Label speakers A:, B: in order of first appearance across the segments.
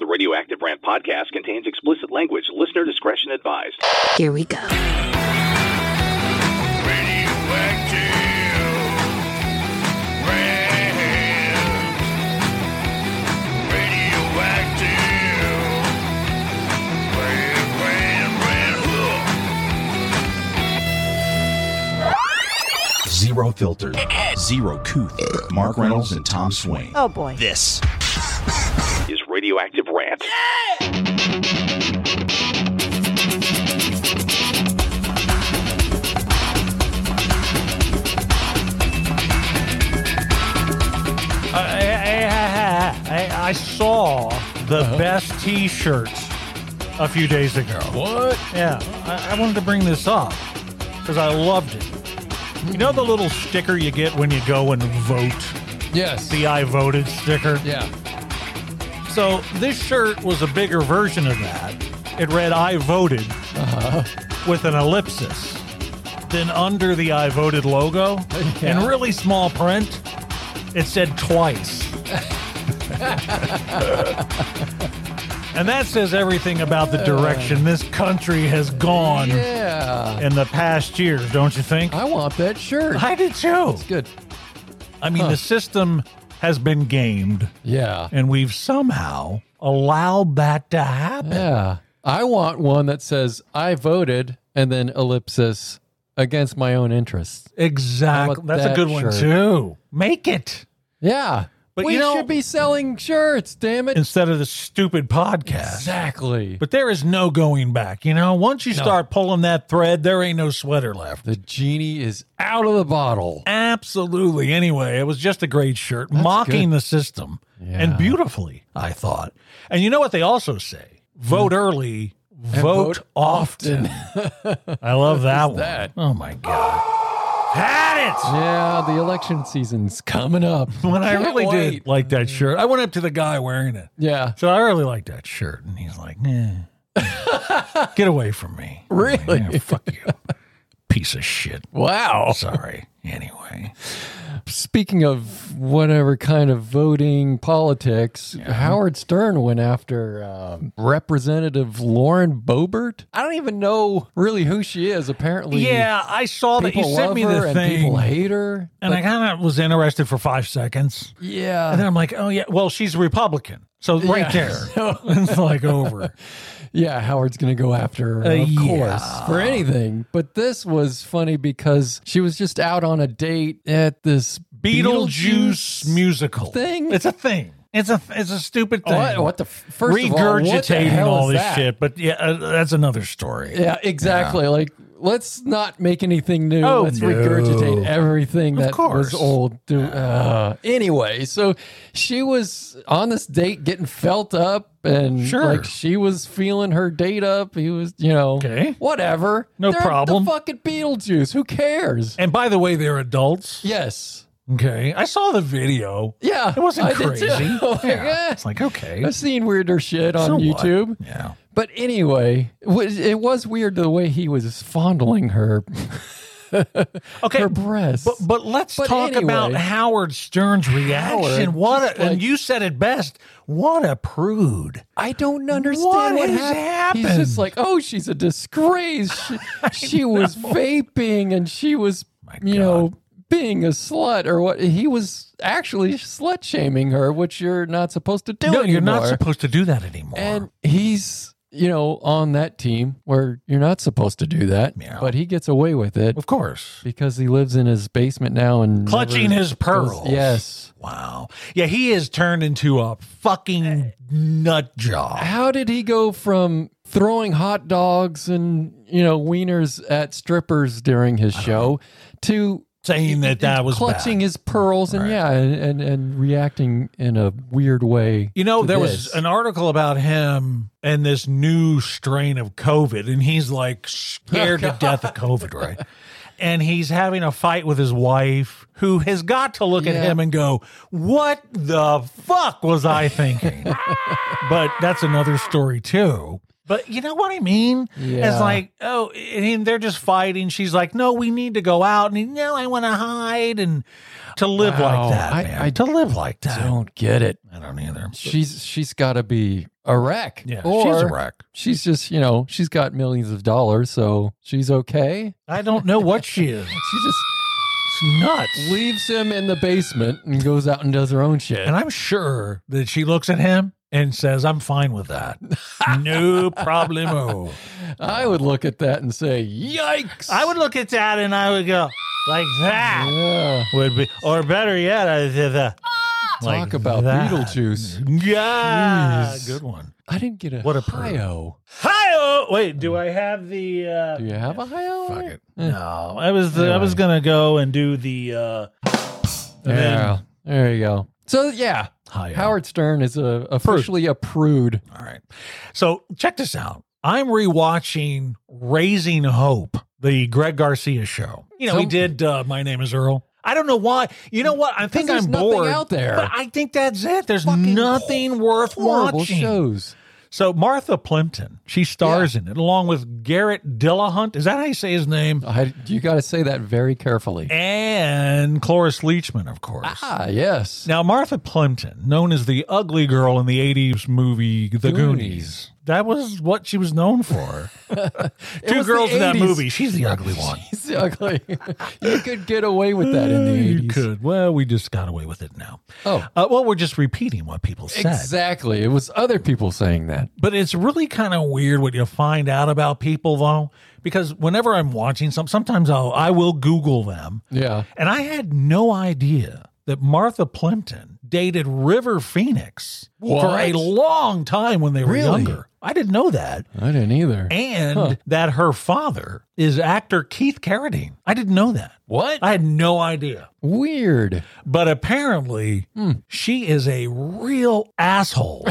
A: The Radioactive Rant podcast contains explicit language. Listener discretion advised.
B: Here we go.
C: Zero filter, zero couth. Mark Reynolds and Tom Swain.
D: Oh boy.
C: This
A: Is Radioactive Rant.
E: Uh, I, I- I- I saw the best T-shirts a few days ago. What? Yeah, I, I wanted to bring this up because I loved it. You know the little sticker you get when you go and vote,
F: Yes.
E: the "I voted" sticker.
F: yeah.
E: So this shirt was a bigger version of that. It read "I voted"
F: Uh-huh.
E: with an ellipsis. Then under the "I voted" logo,
F: Yeah.
E: in really small print, it said twice. and that says everything about the direction this country has gone
F: Yeah.
E: in the past years, don't you think?
F: I want that shirt.
E: I did too.
F: Good.
E: I mean, the system has been gamed
F: Yeah.
E: and we've somehow allowed that to happen.
F: Yeah. I want one that says I voted and then ellipsis against my own interests.
E: Exactly.
F: How about
E: That's a
F: that
E: good one
F: shirt?
E: too. Make it
F: Yeah.
E: But
F: we
E: you know-
F: should be selling shirts, damn it.
E: instead of the stupid podcast.
F: Exactly.
E: But there is no going back. You know, once you start pulling that thread, there ain't no sweater left.
F: the genie is out of the bottle.
E: Absolutely. Anyway, it was just a great shirt, mocking the system and
F: Yeah.
E: beautifully, I thought. And you know what they also say? Vote early, vote,
F: Hmm. vote
E: often. I love that one.
F: that?
E: Oh my God. Had it.
F: Yeah, the election season's coming up.
E: when I
F: Can't
E: really
F: wait.
E: did like that shirt. I went up to the guy wearing it.
F: Yeah.
E: So I really like that shirt. And he's like, "Nah. get away from me. I'm like,
F: Really?
E: "Yeah, fuck you. Piece of shit.
F: Wow.
E: Sorry. Anyway.
F: Speaking of whatever kind of voting politics, Howard Stern went after um, Representative Lauren Boebert. I don't even know really who she is. Apparently,
E: Yeah, I saw that you
F: people
E: sent
F: love
E: me
F: her
E: the
F: and people
E: thing.
F: hate her.
E: And I kind of was interested for five seconds. And
F: Yeah,
E: then I'm like, oh, yeah. Well, she's a Republican. So right there. it's like over.
F: yeah. Howard's going to go after her,
E: Uh,
F: of
E: yeah.
F: course, for anything. But this was funny because she was just out on a date at this
E: Beetlejuice musical.
F: thing?
E: It's a thing. It's a it's a stupid thing.
F: What, what the f- first of all,
E: regurgitating
F: what the hell
E: all
F: is
E: this
F: that?
E: shit. But yeah, uh, that's another story.
F: Yeah, exactly. Like, let's not make anything new.
E: Oh,
F: let's
E: no.
F: regurgitate everything that
E: course.
F: was old. Do, uh, anyway, so she was on this date getting felt up, and
E: Sure.
F: like she was feeling her date up. He was, you know,
E: Okay.
F: whatever.
E: No
F: They're at
E: problem.
F: The fucking Beetlejuice. Who cares?
E: And by the way, they're adults.
F: Yes.
E: Okay, I saw the video.
F: Yeah.
E: It wasn't
F: I did
E: crazy.
F: too. Like,
E: Yeah.
F: eh,
E: It's like okay,
F: I've seen weirder shit on
E: so what?
F: YouTube.
E: Yeah,
F: But anyway, it was, it was weird the way he was fondling her,
E: okay.
F: her breasts.
E: But but let's
F: But
E: talk
F: anyway.
E: about Howard Stern's reaction.
F: Howard,
E: what
F: just
E: a, and
F: like-
E: you said it best. What a prude.
F: I don't understand
E: What
F: what,
E: has
F: happened. He's
E: happened?
F: just like, oh, she's a disgrace. She, she was vaping and she was, you know, being a slut or what. He was actually slut shaming her, which you're not supposed to do
E: No,
F: anymore.
E: you're not supposed to do that anymore.
F: and he's, you know, on that team where you're not supposed to do that,
E: Yeah.
F: but he gets away with it
E: of course,
F: because he lives in his basement now and
E: clutching
F: never
E: his
F: goes-
E: pearls.
F: Yes.
E: Wow. Yeah, he has turned into a fucking nut job.
F: How did he go from throwing hot dogs and you know wieners at strippers during his show to
E: saying that that was
F: clutching
E: bad.
F: his pearls and yeah and, and and reacting in a weird way?
E: You know,
F: to
E: there was
F: this?
E: an article about him and this new strain of COVID, and he's like scared to death of COVID, right? And he's having a fight with his wife, who has got to look at
F: Yeah.
E: him and go, What the fuck was I thinking? but that's another story, too. But you know what I mean? It's
F: Yeah.
E: like, oh, and they're just fighting. She's like, no, we need to go out. And he, no, I want to hide and to live
F: Wow.
E: like that.
F: I-
E: man.
F: I
E: to live like that.
F: don't get it.
E: I don't either.
F: She's she's got to be a wreck.
E: Yeah, she's
F: or
B: She's a wreck.
F: She's just, you know, she's got millions of dollars, so she's okay.
E: I don't know what she is.
F: She just
E: It's nuts.
F: leaves him in the basement and goes out and does her own shit.
E: And I'm sure that she looks at him and says, I'm fine with that. no problemo.
F: I would look at that and say, "Yikes!"
E: I would look at that and I would go, like that
F: Yeah.
E: would be, or better yet, I did that.
F: Talk about
E: that.
F: Beetlejuice.
E: Yeah.
F: Jeez.
E: Good one.
F: I didn't get a
E: What a
F: Ohio.
E: Hi-oh! Wait, do I have the. Uh,
F: Do you have a Ohio?
B: Fuck it.
E: No, I was the, I was gonna go and do the uh, and then-
F: Yeah. There you go. So yeah,
E: Hi-oh.
F: Howard Stern is a, officially a prude.
E: All right, so check this out. I'm rewatching Raising Hope, the Greg Garcia show. You know,
F: So-
E: he did uh, My Name Is Earl. I don't know why. You know what? I think
F: there's
E: I'm
F: nothing
E: bored
F: out there.
E: But I think that's it. There's
F: Fucking
E: nothing worth
F: Horrible
E: watching.
F: shows.
E: So Martha Plimpton, she stars in it along with Garrett Dillahunt. Is that how you say his name?
F: I, you got to say that very carefully.
E: And Cloris Leachman, of course.
F: Ah, yes.
E: Now, Martha Plimpton, known as the ugly girl in the 80s movie The Goonies,
F: Goonies.
E: that was what she was known for. Two
F: was the
E: girls in that
F: 80s.
E: movie. She's the ugly one.
F: It's ugly. you could get away with that in the
E: Eh, You
F: eighties.
E: could. Well, we just got away with it now.
F: Oh.
E: Uh, well, we're just repeating what people said.
F: Exactly. It was other people saying that.
E: But it's really kind of weird what you find out about people, though, because whenever I'm watching some, sometimes I'll, I will Google them.
F: Yeah.
E: And I had no idea that Martha Plimpton dated River Phoenix for
F: What?
E: a long time when they were
F: Really?
E: younger. I didn't know that.
F: I didn't either.
E: And that her father is actor Keith Carradine. I didn't know that.
F: What?
E: I had no idea.
F: Weird.
E: But apparently,
F: Hmm.
E: she is a real asshole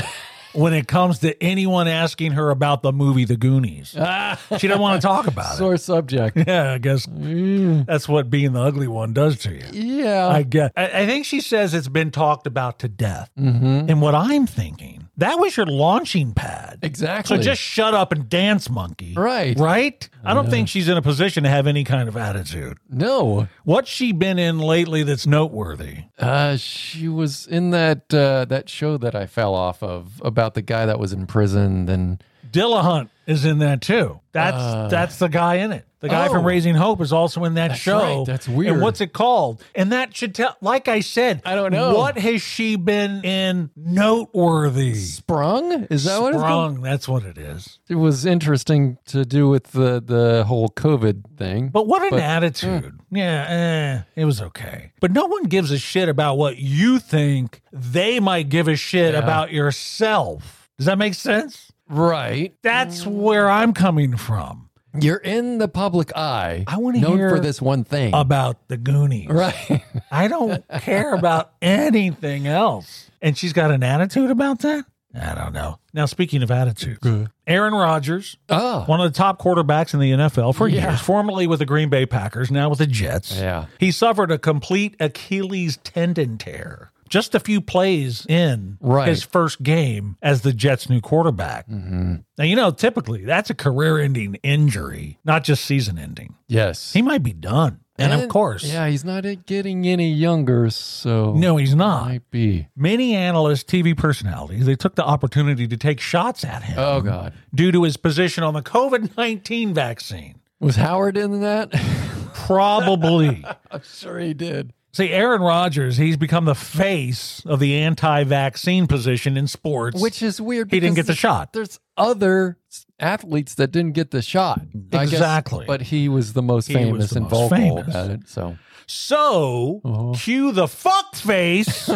E: when it comes to anyone asking her about the movie The Goonies. she doesn't want to talk about it.
F: Sore subject.
E: Yeah, I guess
F: Mm.
E: that's what being the ugly one does to you.
F: Yeah.
E: I guess. I, I think she says it's been talked about to death.
F: Mm-hmm.
E: And what I'm thinking, that was your launching pad.
F: exactly.
E: So just shut up and dance, monkey.
F: Right.
E: Right? I don't think she's in a position to have any kind of attitude.
F: no.
E: What's she been in lately that's noteworthy?
F: Uh, she was in that uh, that show that I fell off of about the guy that was in prison. Then
E: Dillahunt is in that too. That's that's the guy in it. The guy from
F: Uh. Oh.
E: Raising Hope is also in that show.
F: right. That's weird.
E: And what's it called? And that should tell. Like I said,
F: I don't know.
E: What has she been in noteworthy?
F: sprung is that what it's called?
E: Sprung. That's what it is.
F: It was interesting to do with the the whole COVID thing.
E: But what an
F: But-
E: attitude. Yeah, eh, it was okay. But no one gives a shit about what you think. They might give a shit about yourself. Does that make sense?
F: right,
E: That's where I'm coming from
F: you're in the public eye.
E: I wanna
F: known
E: hear
F: for this one thing.
E: about the Goonies.
F: right.
E: I don't care about anything else. And she's got an attitude about that? I don't know. Now, speaking of attitudes, Aaron Rodgers,
F: oh.
E: one of the top quarterbacks in the NFL for years, formerly with the Green Bay Packers, now with the Jets.
F: Yeah.
E: He suffered a complete Achilles tendon tear just a few plays in
F: Right.
E: his first game as the Jets' new quarterback.
F: Mm-hmm.
E: Now, you know, typically that's a career ending injury, not just season ending.
F: Yes.
E: He might be done. And, of course,
F: Yeah, he's not getting any younger, so
E: no, he's not.
F: might be.
E: Many analysts, TV personalities, they took the opportunity to take shots at him
F: Oh God,
E: due to his position on the COVID 19 vaccine.
F: was Howard in that?
E: Probably.
F: I'm sure he did.
E: See, Aaron Rodgers, he's become the face of the anti vaccine position in sports.
F: Which is weird.
E: He didn't
F: because
E: get the shot.
F: There's other athletes that didn't get the shot. I guess,
E: Exactly.
F: but he was the most
E: He was
F: famous
E: the
F: and
E: most
F: vocal
E: famous.
F: about it. So
E: so, cue the fuck face.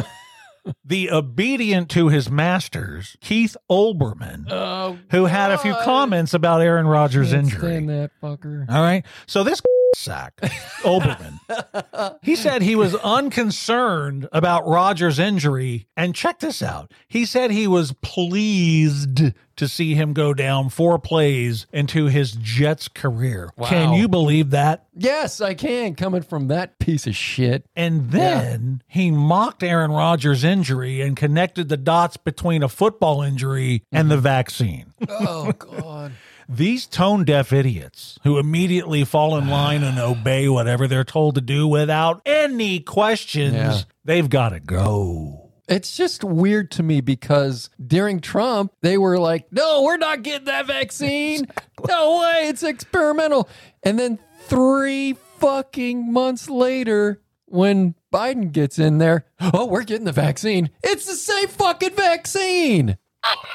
E: the obedient to his masters, Keith Olbermann,
F: oh,
E: who had a few comments about Aaron Rodgers' injury.
F: stand that fucker.
E: All right. So this sack, Olbermann, he said he was unconcerned about Rogers' injury. And check this out. He said he was pleased to see him go down four plays into his Jets career. Can you believe that?
F: Yes, I can. Coming from that piece of shit.
E: And then he mocked Aaron Rodgers' injury and connected the dots between a football injury and the vaccine.
F: Oh God.
E: These tone deaf idiots who immediately fall in line and obey whatever they're told to do without any questions,
F: Yeah.
E: they've got to go.
F: It's just weird to me because during Trump, they were like, no, we're not getting that vaccine. No way, it's experimental. And then three fucking months later, when Biden gets in there, oh, we're getting the vaccine. It's the same fucking vaccine.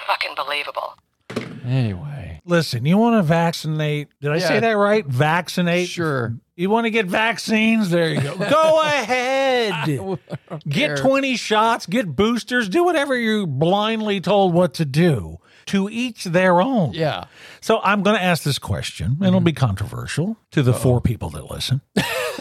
B: Fucking believable.
F: Anyway,
E: Listen, you want to vaccinate. Did I say
F: Yeah.
E: that right? Vaccinate.
F: sure.
E: You want to get vaccines? There you go. Go ahead. Get 20 shots, get boosters, do whatever you're blindly told what to do. To each their own.
F: Yeah.
E: So I'm going to ask this question, and it'll
F: Mm-hmm.
E: be controversial to the four people that listen.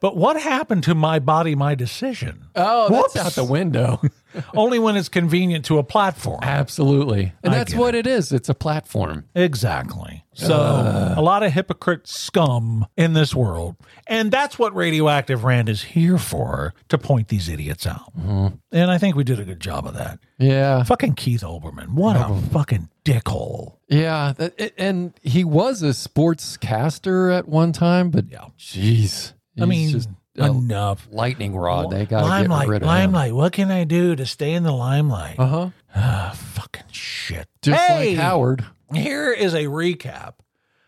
E: but what happened to my body, my decision?
F: Oh,
E: Whoops.
F: that's out the window.
E: Only when it's convenient to a platform.
F: Ah. Absolutely. And
E: I
F: that's
E: get
F: what it is. It's a platform.
E: Exactly. So
F: Uh.
E: a lot of hypocrite scum in this world. And that's what Radioactive Rand is here for to point these idiots out.
F: Mm-hmm.
E: And I think we did a good job of that.
F: Yeah.
E: Fucking Keith Olbermann. What a fucking dickhole.
F: Yeah. that- it- and he was a sportscaster at one time, but
E: Yeah.
F: jeez.
E: I
F: He's
E: mean,
F: just a
E: enough.
F: lightning rod. They got to
E: limelight,
F: get rid of
E: limelight. What can I do to stay in the limelight?
F: Uh huh.
E: Ah, fucking shit.
F: Just
E: Hey!
F: like Howard.
E: Here is a recap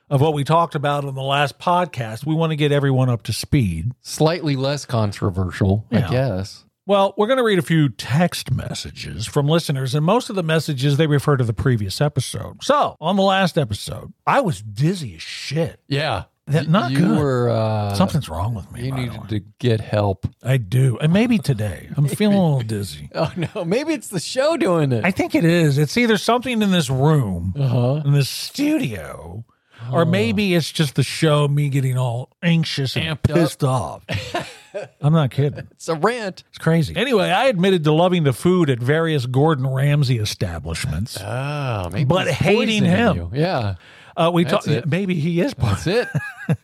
E: of what we talked about on the last podcast. We want to get everyone up to speed.
F: Slightly less controversial,
E: Yeah.
F: I guess.
E: Well, we're going to read a few text messages from listeners, and most of the messages they refer to the previous episode. So, on the last episode, I was dizzy as shit.
F: Yeah.
E: That not
F: you
E: good.
F: were. Uh,
E: Something's wrong with me.
F: you
E: by the
F: needed
E: way.
F: to get help.
E: I do, and maybe today I'm feeling a little dizzy.
F: Oh, no. Maybe it's the show doing it.
E: I think it is. It's either something in this room,
F: Uh huh.
E: in this studio,
F: Oh.
E: or maybe it's just the show. Me getting all anxious and
F: Amped up.
E: pissed off. I'm not kidding.
F: It's a rant.
E: It's crazy. Anyway, I admitted to loving the food at various Gordon Ramsay establishments.
F: Oh, maybe
E: But
F: he's
E: hating
F: poisoning
E: him.
F: you. Yeah.
E: Uh, we talked.
F: it.
E: Maybe he is. part-
F: That's it.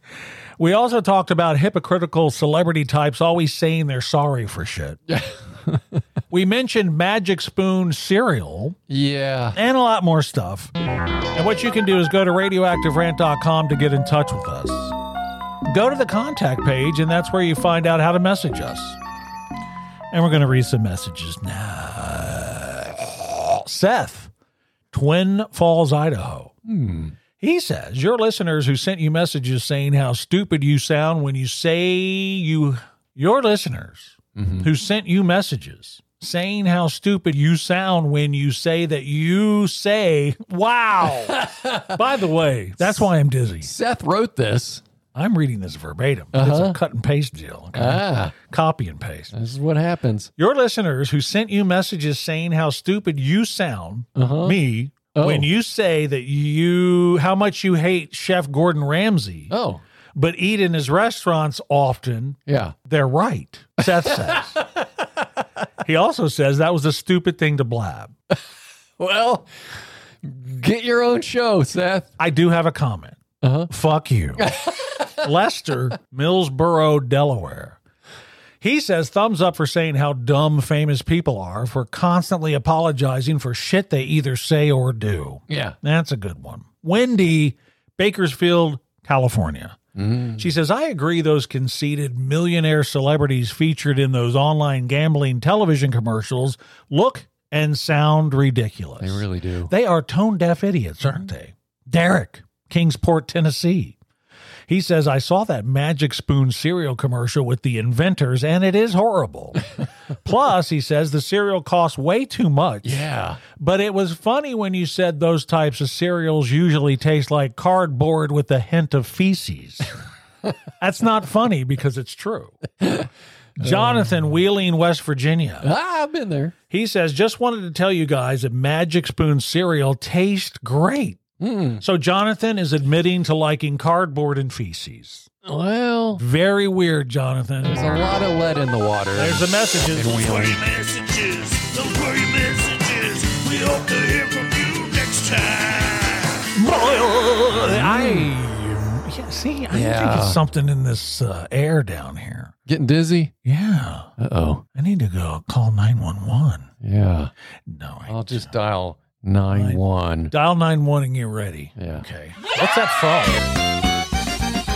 E: We also talked about hypocritical celebrity types always saying they're sorry for shit. we mentioned Magic Spoon cereal
F: yeah.
E: and a lot more stuff. And what you can do is go to radioactiverant.com to get in touch with us. Go to the contact page, and that's where you find out how to message us. And we're going to read some messages now. Seth, Twin Falls, Idaho. He says, Your listeners who sent you messages saying how stupid you sound when you say you, your listeners who sent you messages saying how stupid you sound when you say that you say, Wow. By the way, that's why I'm dizzy.
F: Seth wrote this.
E: I'm reading this verbatim. It's
F: Uh-huh.
E: a cut and paste deal. okay?
F: Ah,
E: Copy and paste.
F: this is what happens.
E: Your listeners who sent you messages saying how stupid you sound, me,
F: Oh.
E: when you say that you, how much you hate Chef Gordon Ramsay,
F: Oh,
E: but eat in his restaurants often,
F: yeah.
E: they're right. Seth says. he also says that was a stupid thing to blab.
F: Well, get your own show, Seth.
E: I do have a comment.
F: Uh-huh.
E: Fuck you. Lester, Millsboro, Delaware. He says thumbs up for saying how dumb famous people are for constantly apologizing for shit they either say or do.
F: Yeah.
E: That's a good one. Wendy, Bakersfield, California.
F: Hmm.
E: She says, I agree those conceited millionaire celebrities featured in those online gambling television commercials look and sound ridiculous.
F: They really do.
E: They are tone deaf idiots, aren't they? Derek, Kingsport, Tennessee. He says, I saw that Magic Spoon cereal commercial with the inventors, and it is horrible. Plus, he says, the cereal costs way too much.
F: Yeah.
E: But it was funny when you said those types of cereals usually taste like cardboard with a hint of feces. That's not funny because it's true. Jonathan Wheeling, West Virginia.
F: Ah, I've been there.
E: He says, just wanted to tell you guys that Magic Spoon cereal tastes great.
F: Hmm.
E: So Jonathan is admitting to liking cardboard and feces.
F: Well,
E: Very weird, Jonathan.
F: there's a lot of lead in the water.
E: There's the messages.
F: And we
D: for your messages. Those were your messages. We hope to hear from you next time.
E: I yeah, see. I
F: Yeah.
E: think it's something in this uh, air down here.
F: Getting dizzy?
E: Yeah,
F: Uh oh.
E: I need to go call nine one one.
F: Yeah.
E: No, I
F: I'll just dial 9 1.
E: dial nine one and get ready.
F: Yeah.
E: Okay. What's that from?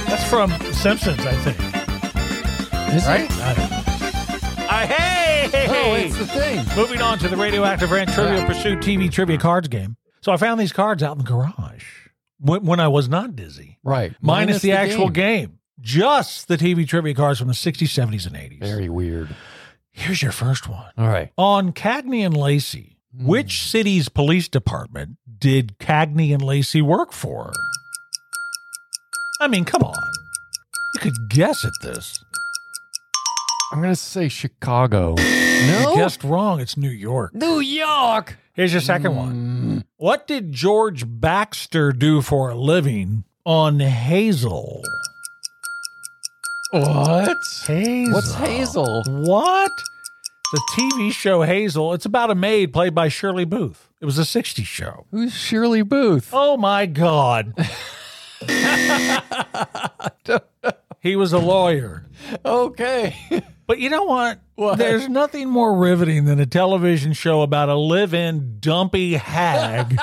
E: That's from Simpsons, I think.
F: Is it?
E: I don't know. Ah, hey,
F: Oh, it's the thing.
E: Moving on to the Radioactive Rant Trivial Pursuit TV Trivia Cards game. So I found these cards out in the garage when, when I was not dizzy,
F: Right.
E: minus, minus the, actual game. just the TV Trivia cards from the 60s, 70s, and 80s.
F: Very weird.
E: Here's your first one.
F: All right.
E: On Cagney and Lacey, which city's police department did Cagney and Lacey work for? I mean, come on. You could guess at this.
F: I'm going to say Chicago. no?
E: You guessed wrong. It's New York.
F: New York.
E: Here's your second one. What did George Baxter do for a living on Hazel?
F: What?
E: Hazel.
F: What's Hazel?
E: What? The TV show Hazel. It's about a maid played by Shirley Booth. It was a 60s show.
F: Who's Shirley Booth?
E: Oh my God. he was a lawyer.
F: Okay.
E: But you know what? There's nothing more riveting than a television show about a live in dumpy hag,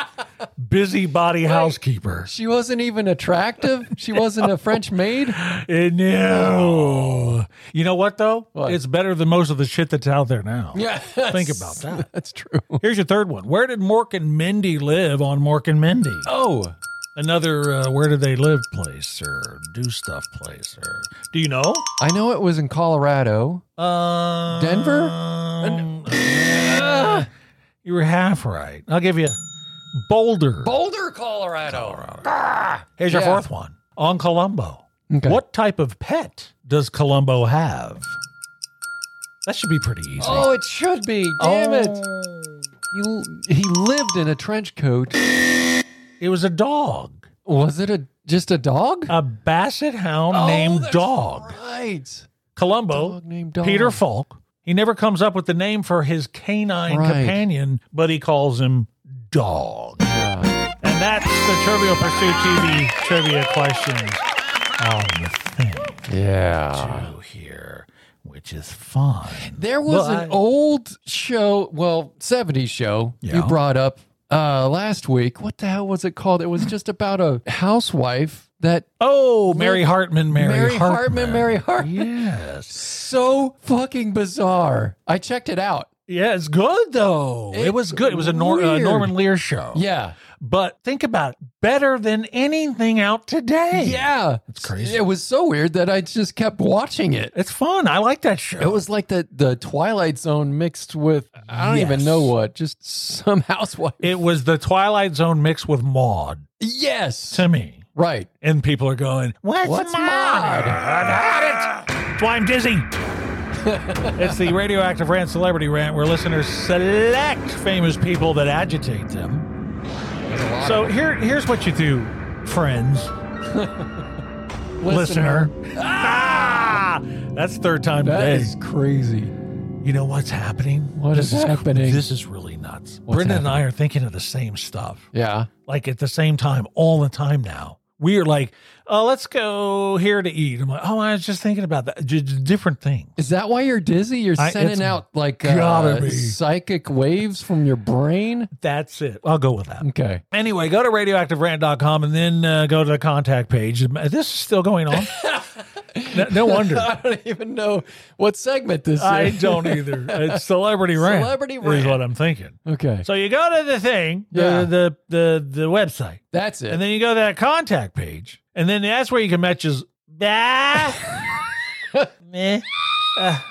E: busybody housekeeper.
F: she wasn't even attractive. She wasn't a French maid.
E: Eh, No. You know what, though?
F: What?
E: It's better than most of the shit that's out there now.
F: Yeah.
E: Think about that.
F: That's true.
E: Here's your third one. Where did Mork and Mindy live on Mork and Mindy?
F: Oh,
E: Another uh, where do they live place or do stuff place or do you know?
F: I know it was in Colorado.
E: Uh,
F: Denver?
E: uh, you were half right. I'll give you Boulder.
F: Boulder, Colorado.
E: Here's your
F: Yeah.
E: fourth one on Columbo.
F: Okay.
E: What type of pet does Columbo have? That should be pretty easy.
F: Oh, it should be. Damn it. Oh. He, he lived in a trench coat.
E: It was a dog,
F: Was it a just a dog?
E: a basset hound named
F: Oh, that's
E: Dog.
F: Right.
E: Columbo,
F: Dog named Dog.
E: Peter Falk. He never comes up with the name for his canine
F: Right.
E: companion, but he calls him Dog.
F: Yeah.
E: And that's the Trivial Pursuit TV trivia questions on the thing
F: Yeah.
E: to here, which is fun.
F: Uh. There was
E: Well,
F: an
E: I-
F: old show, well, 70s show you
E: Yeah.
F: brought up uh, last week. What the hell was it called? It was just about a housewife that
E: Oh, Mary Hartman, Mary,
F: Mary
E: Hartman.
F: Hartman, Mary Hartman.
E: Yes.
F: So fucking bizarre. I checked it out.
E: Yeah, it's good though. it
F: It's
E: was good. It was a Nor- uh,
F: weird.
E: Norman Lear show.
F: Yeah.
E: But think about it, better than anything out today.
F: Yeah.
E: It's crazy.
F: It was so weird that I just kept watching it.
E: It's fun. I like that show.
F: It was like the, the Twilight Zone mixed with, I don't even
E: Yes.
F: know what, just some housewife.
E: It was the Twilight Zone mixed with Maud
F: yes.
E: to me.
F: Right.
E: And people are going, What's,
F: What's
E: Maud?
F: Maud?
E: I got it. That's why I'm dizzy. it's the Radioactive Rant Celebrity Rant where listeners select famous people that agitate them. So here, here's what you do, friends. Listener. Ah! That's third time
F: That
E: today.
F: is crazy.
E: You know what's happening?
F: What is
E: cr-
F: happening?
E: This is really nuts. Brendan and I are thinking of the same stuff.
F: Yeah.
E: like at the same time all the time now. We are like, oh, let's go here to eat. I'm like, oh, I was just thinking about that. J- j- different thing.
F: Is that why you're dizzy? You're
E: I- it's
F: sending out like
E: gotta
F: uh,
E: be.
F: psychic waves from your brain?
E: That's it. I'll go with that.
F: Okay.
E: Anyway, go to radioactiverant.com and then uh, go to the contact page. This is still going on. no, no wonder.
F: I don't even know what segment this
E: I
F: is.
E: don't either. It's celebrity rant.
F: Celebrity
E: is
F: rant.
E: what I'm thinking.
F: Okay.
E: So you go to the thing, the,
F: Yeah.
E: the, the the website,
F: That's it.
E: and then you go to that contact page, and then that's where you can match is. Meh. I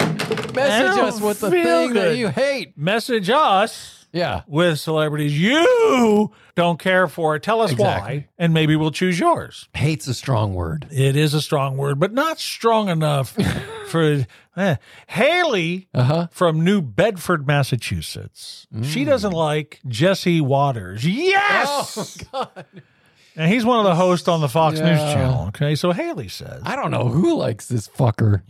F: Message
E: don't
F: us with the
E: feel
F: thing that
E: good.
F: you hate.
E: message us
F: Yeah.
E: with celebrities you don't care for. Tell us why,
F: Exactly.
E: and maybe we'll choose yours.
F: Hate's a strong word.
E: It is a strong word, but not strong enough for eh. Haley
F: Uh huh.
E: from New Bedford, Massachusetts.
F: Mm.
E: She doesn't like Jesse Waters. Yes.
F: Oh, God.
E: And he's one of the hosts on the Fox News
F: Yeah.
E: channel. Okay. So Haley says,
F: I don't know who likes this fucker.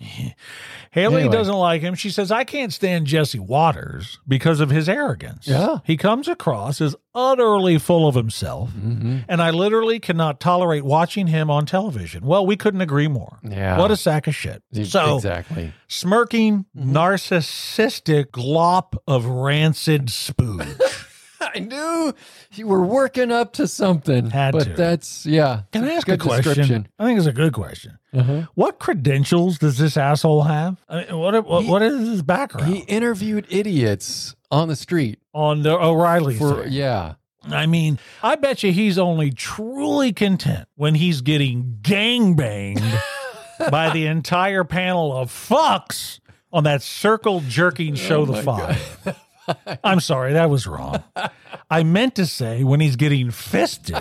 E: Haley
F: Anyway.
E: doesn't like him. She says, I can't stand Jesse Waters because of his arrogance.
F: Yeah.
E: He comes across as utterly full of himself,
F: Mm-hmm.
E: and I literally cannot tolerate watching him on television. Well, we couldn't agree more.
F: Yeah.
E: What a sack of shit. So,
F: E- exactly. Mm-hmm.
E: smirking, narcissistic glop of rancid spooge.
F: I knew you were working up to something.
E: Had
F: but
E: to.
F: that's yeah.
E: Can I
F: it's
E: ask a
F: good
E: question?
F: description.
E: I think it's a good question.
F: Uh-huh.
E: What credentials does this asshole have? I mean, what, what, what is his background
F: He interviewed idiots on the street
E: on the O'Reilly?
F: for
E: thing?
F: yeah.
E: I mean, I bet you he's only truly content when he's getting gangbanged by the entire panel of fucks on that circle jerking
F: Oh
E: show, The Five. I'm sorry, that was wrong. I meant to say when he's getting fisted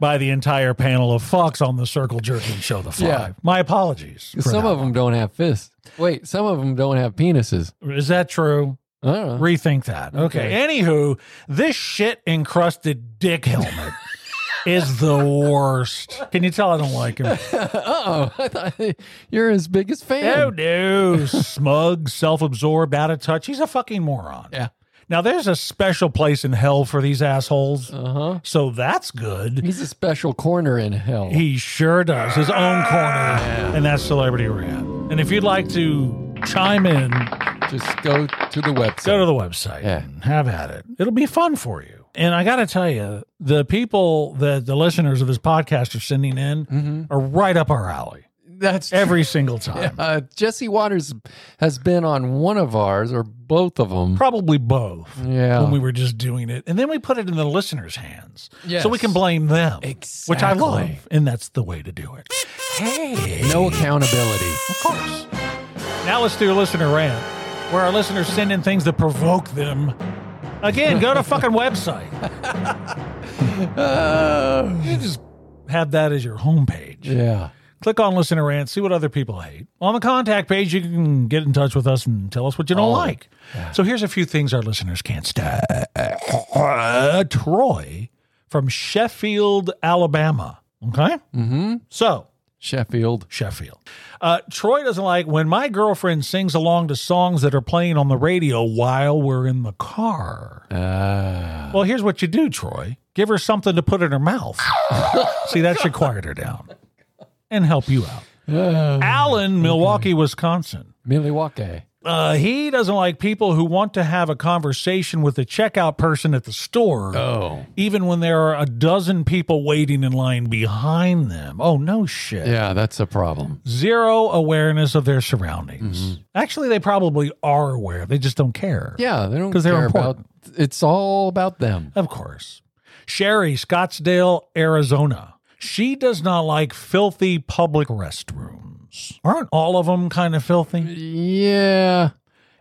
E: by the entire panel of fucks on the circle jerking show, The Five.
F: Yeah.
E: My apologies. for
F: Some
E: that
F: of them don't have fists. Wait, some of them don't have penises.
E: one. Is that true?
F: I don't know.
E: Rethink that. Okay. Anywho, this shit encrusted dick helmet is the worst. Can you tell I don't like him?
F: Uh oh, I thought you're his biggest fan.
E: Oh no, smug, self-absorbed, out of touch. He's a fucking moron.
F: Yeah.
E: Now there's a special place in hell for these assholes.
F: Uh huh.
E: So that's good.
F: He's a special corner in hell.
E: He sure does. His own corner. And that's Celebrity Rant. And if you'd like to chime in,
F: Just go to the website.
E: go to the website
F: Yeah.
E: and have at it. It'll be fun for you. And I got to tell you, the people that the listeners of this podcast are sending in
F: Mm-hmm.
E: are right up our alley
F: That's every.
E: every single time.
F: Uh, Jesse Waters has been on one of ours or both of them.
E: Probably both.
F: Yeah.
E: When we were just doing it. And then we put it in the listeners' hands. So we
F: Yes.
E: can blame them. Which I love.
F: Exactly.
E: And that's the way to do it. Hey.
F: no accountability.
E: Of course. Now let's do a listener rant, where our listeners send in things that provoke them. Again, go to fucking website. you just have that as your homepage.
F: Yeah.
E: Click on listener rant, see what other people hate. On the contact page, you can get in touch with us and tell us what you don't like. So here's a few things our listeners can't stand. Troy from Sheffield, Alabama. Okay. Mm-hmm. So
F: Sheffield.
E: Sheffield. Uh, Troy doesn't like when my girlfriend sings along to songs that are playing on the radio while we're in the car. Well, here's what you do, Troy give her something to put in her mouth. See, that should quiet her down and help you out. Alan, Milwaukee, Wisconsin.
F: Milwaukee.
E: Uh, he doesn't like people who want to have a conversation with the checkout person at the store,
F: Oh.
E: even when there are a dozen people waiting in line behind them. Oh, no shit
F: Yeah, that's a problem.
E: zero awareness of their surroundings.
F: Mm-hmm.
E: Actually, they probably are aware. They just don't care.
F: Yeah, they don't
E: 'Cause they're
F: care
E: important.
F: about it's all about them.
E: Of course. Sherry, Scottsdale, Arizona. She does not like filthy public restrooms. Aren't all of them kind of filthy?
F: Yeah.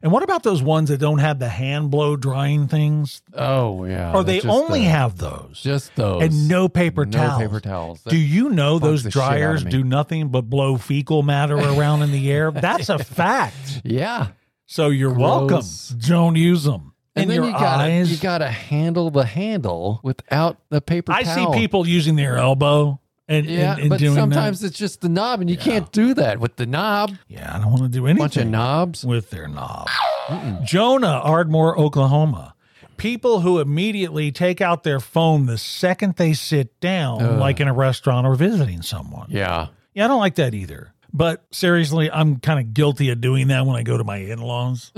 E: And what about those ones that don't have the hand blow drying things?
F: Oh, yeah.
E: or they
F: Just
E: only
F: the-
E: have those
F: just those
E: and no paper
F: no
E: towels.
F: paper towels.
E: Do you know those
F: the shit out of
E: dryers
F: me.
E: do nothing but blow fecal matter around in the air? That's a fact.
F: yeah.
E: So you're
F: Gross.
E: welcome. Don't use them.
F: And
E: in
F: then
E: your
F: you gotta
E: eyes.
F: you gotta handle the handle without the paper
E: I
F: towel.
E: see people using their elbow and,
F: Yeah,
E: and, and
F: but
E: doing
F: sometimes
E: that.
F: it's just the knob, and you can't do that with the knob.
E: Yeah, I don't want to do
F: Bunch of
E: anything
F: knobs.
E: with their knob. Jonah, Ardmore, Oklahoma. People who immediately take out their phone the second they sit down, like in a restaurant or visiting someone.
F: Yeah.
E: Yeah, I don't like that either. But seriously, I'm kind of guilty of doing that when I go to my in laws.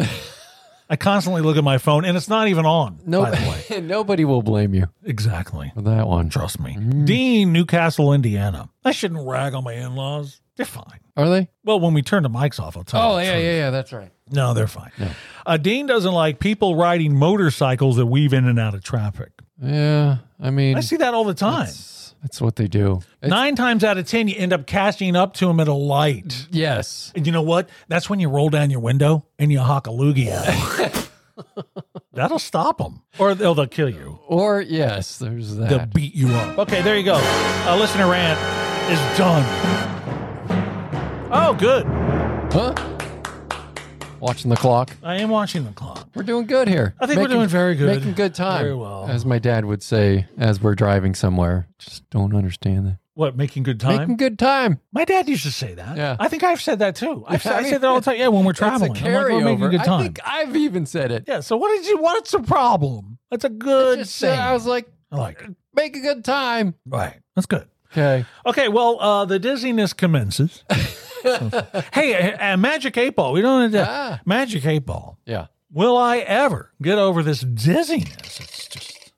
E: I constantly look at my phone and it's not even on,
F: No,
E: by the way.
F: nobody will blame you
E: Exactly.
F: for that one.
E: Trust me.
F: Mm.
E: Dean, Newcastle, Indiana. I shouldn't rag on my in laws. They're fine.
F: Are they?
E: Well, when we turn the mics off, I'll tell you.
F: Oh,
E: the
F: yeah,
E: truth.
F: yeah, yeah. That's right.
E: No, they're fine. Uh, Dean doesn't like people riding motorcycles that weave in and out of traffic.
F: Yeah. I mean,
E: I see that all the time.
F: that's, that's what they do. It's-
E: Nine times out of 10, you end up catching up to them at a light.
F: yes.
E: And you know what? That's when you roll down your window and you hock a loogie at 'em. That'll stop them, or they'll, they'll kill you.
F: Or yes, there's that.
E: They'll beat you up. Okay, there you go. A listener rant is done. Oh, good.
F: huh? Watching the clock.
E: I am watching the clock.
F: We're doing good here.
E: I think we're doing very good.
F: Making good time.
E: Very well.
F: As my dad would say as we're driving somewhere. Just don't understand that.
E: What, making good time?
F: Making good time.
E: My dad used to say that.
F: Yeah.
E: I think I've said that too. I've,
F: I
E: I
F: mean,
E: said that all the time. Yeah, when we're traveling.
F: It's a
E: I'm like, we're making
F: carryover.
E: good time.
F: I think I've even said it.
E: yeah, so what did you, what's the problem? That's a good
F: Just say-
E: saying.
F: I was like,
E: I like it.
F: make a good time.
E: Right. That's good.
F: Okay.
E: Okay, well, uh, the dizziness commences. hey, uh, uh, Magic 8 Ball. We don't know that.
F: Ah.
E: Magic 8 Ball.
F: Yeah.
E: Will I ever get over this dizziness? It's just.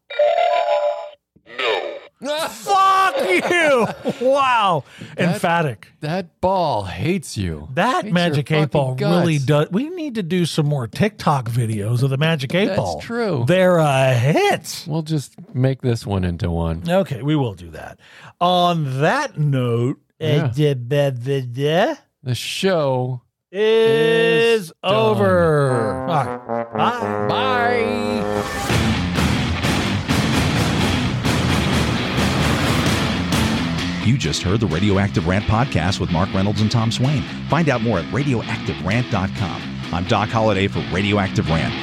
F: Ah,
E: Fuck you! Wow. Emphatic.
F: That ball hates you.
E: That
F: Hates your
E: magic eight ball
F: fucking
E: really
F: guts.
E: does. We need to do some more TikTok videos of the magic eight
F: That's
E: ball.
F: true.
E: They're a hit.
F: We'll just make this one into one.
E: Okay, we will do that. On that note,
F: Yeah.
E: uh, da- ba- ba- da
F: The show.
E: is
F: Is
E: over. All right. Bye.
F: Bye.
C: You just heard the Radioactive Rant podcast with Mark Reynolds and Tom Swain. Find out more at radioactiverant.com. I'm Doc Holliday for Radioactive Rant.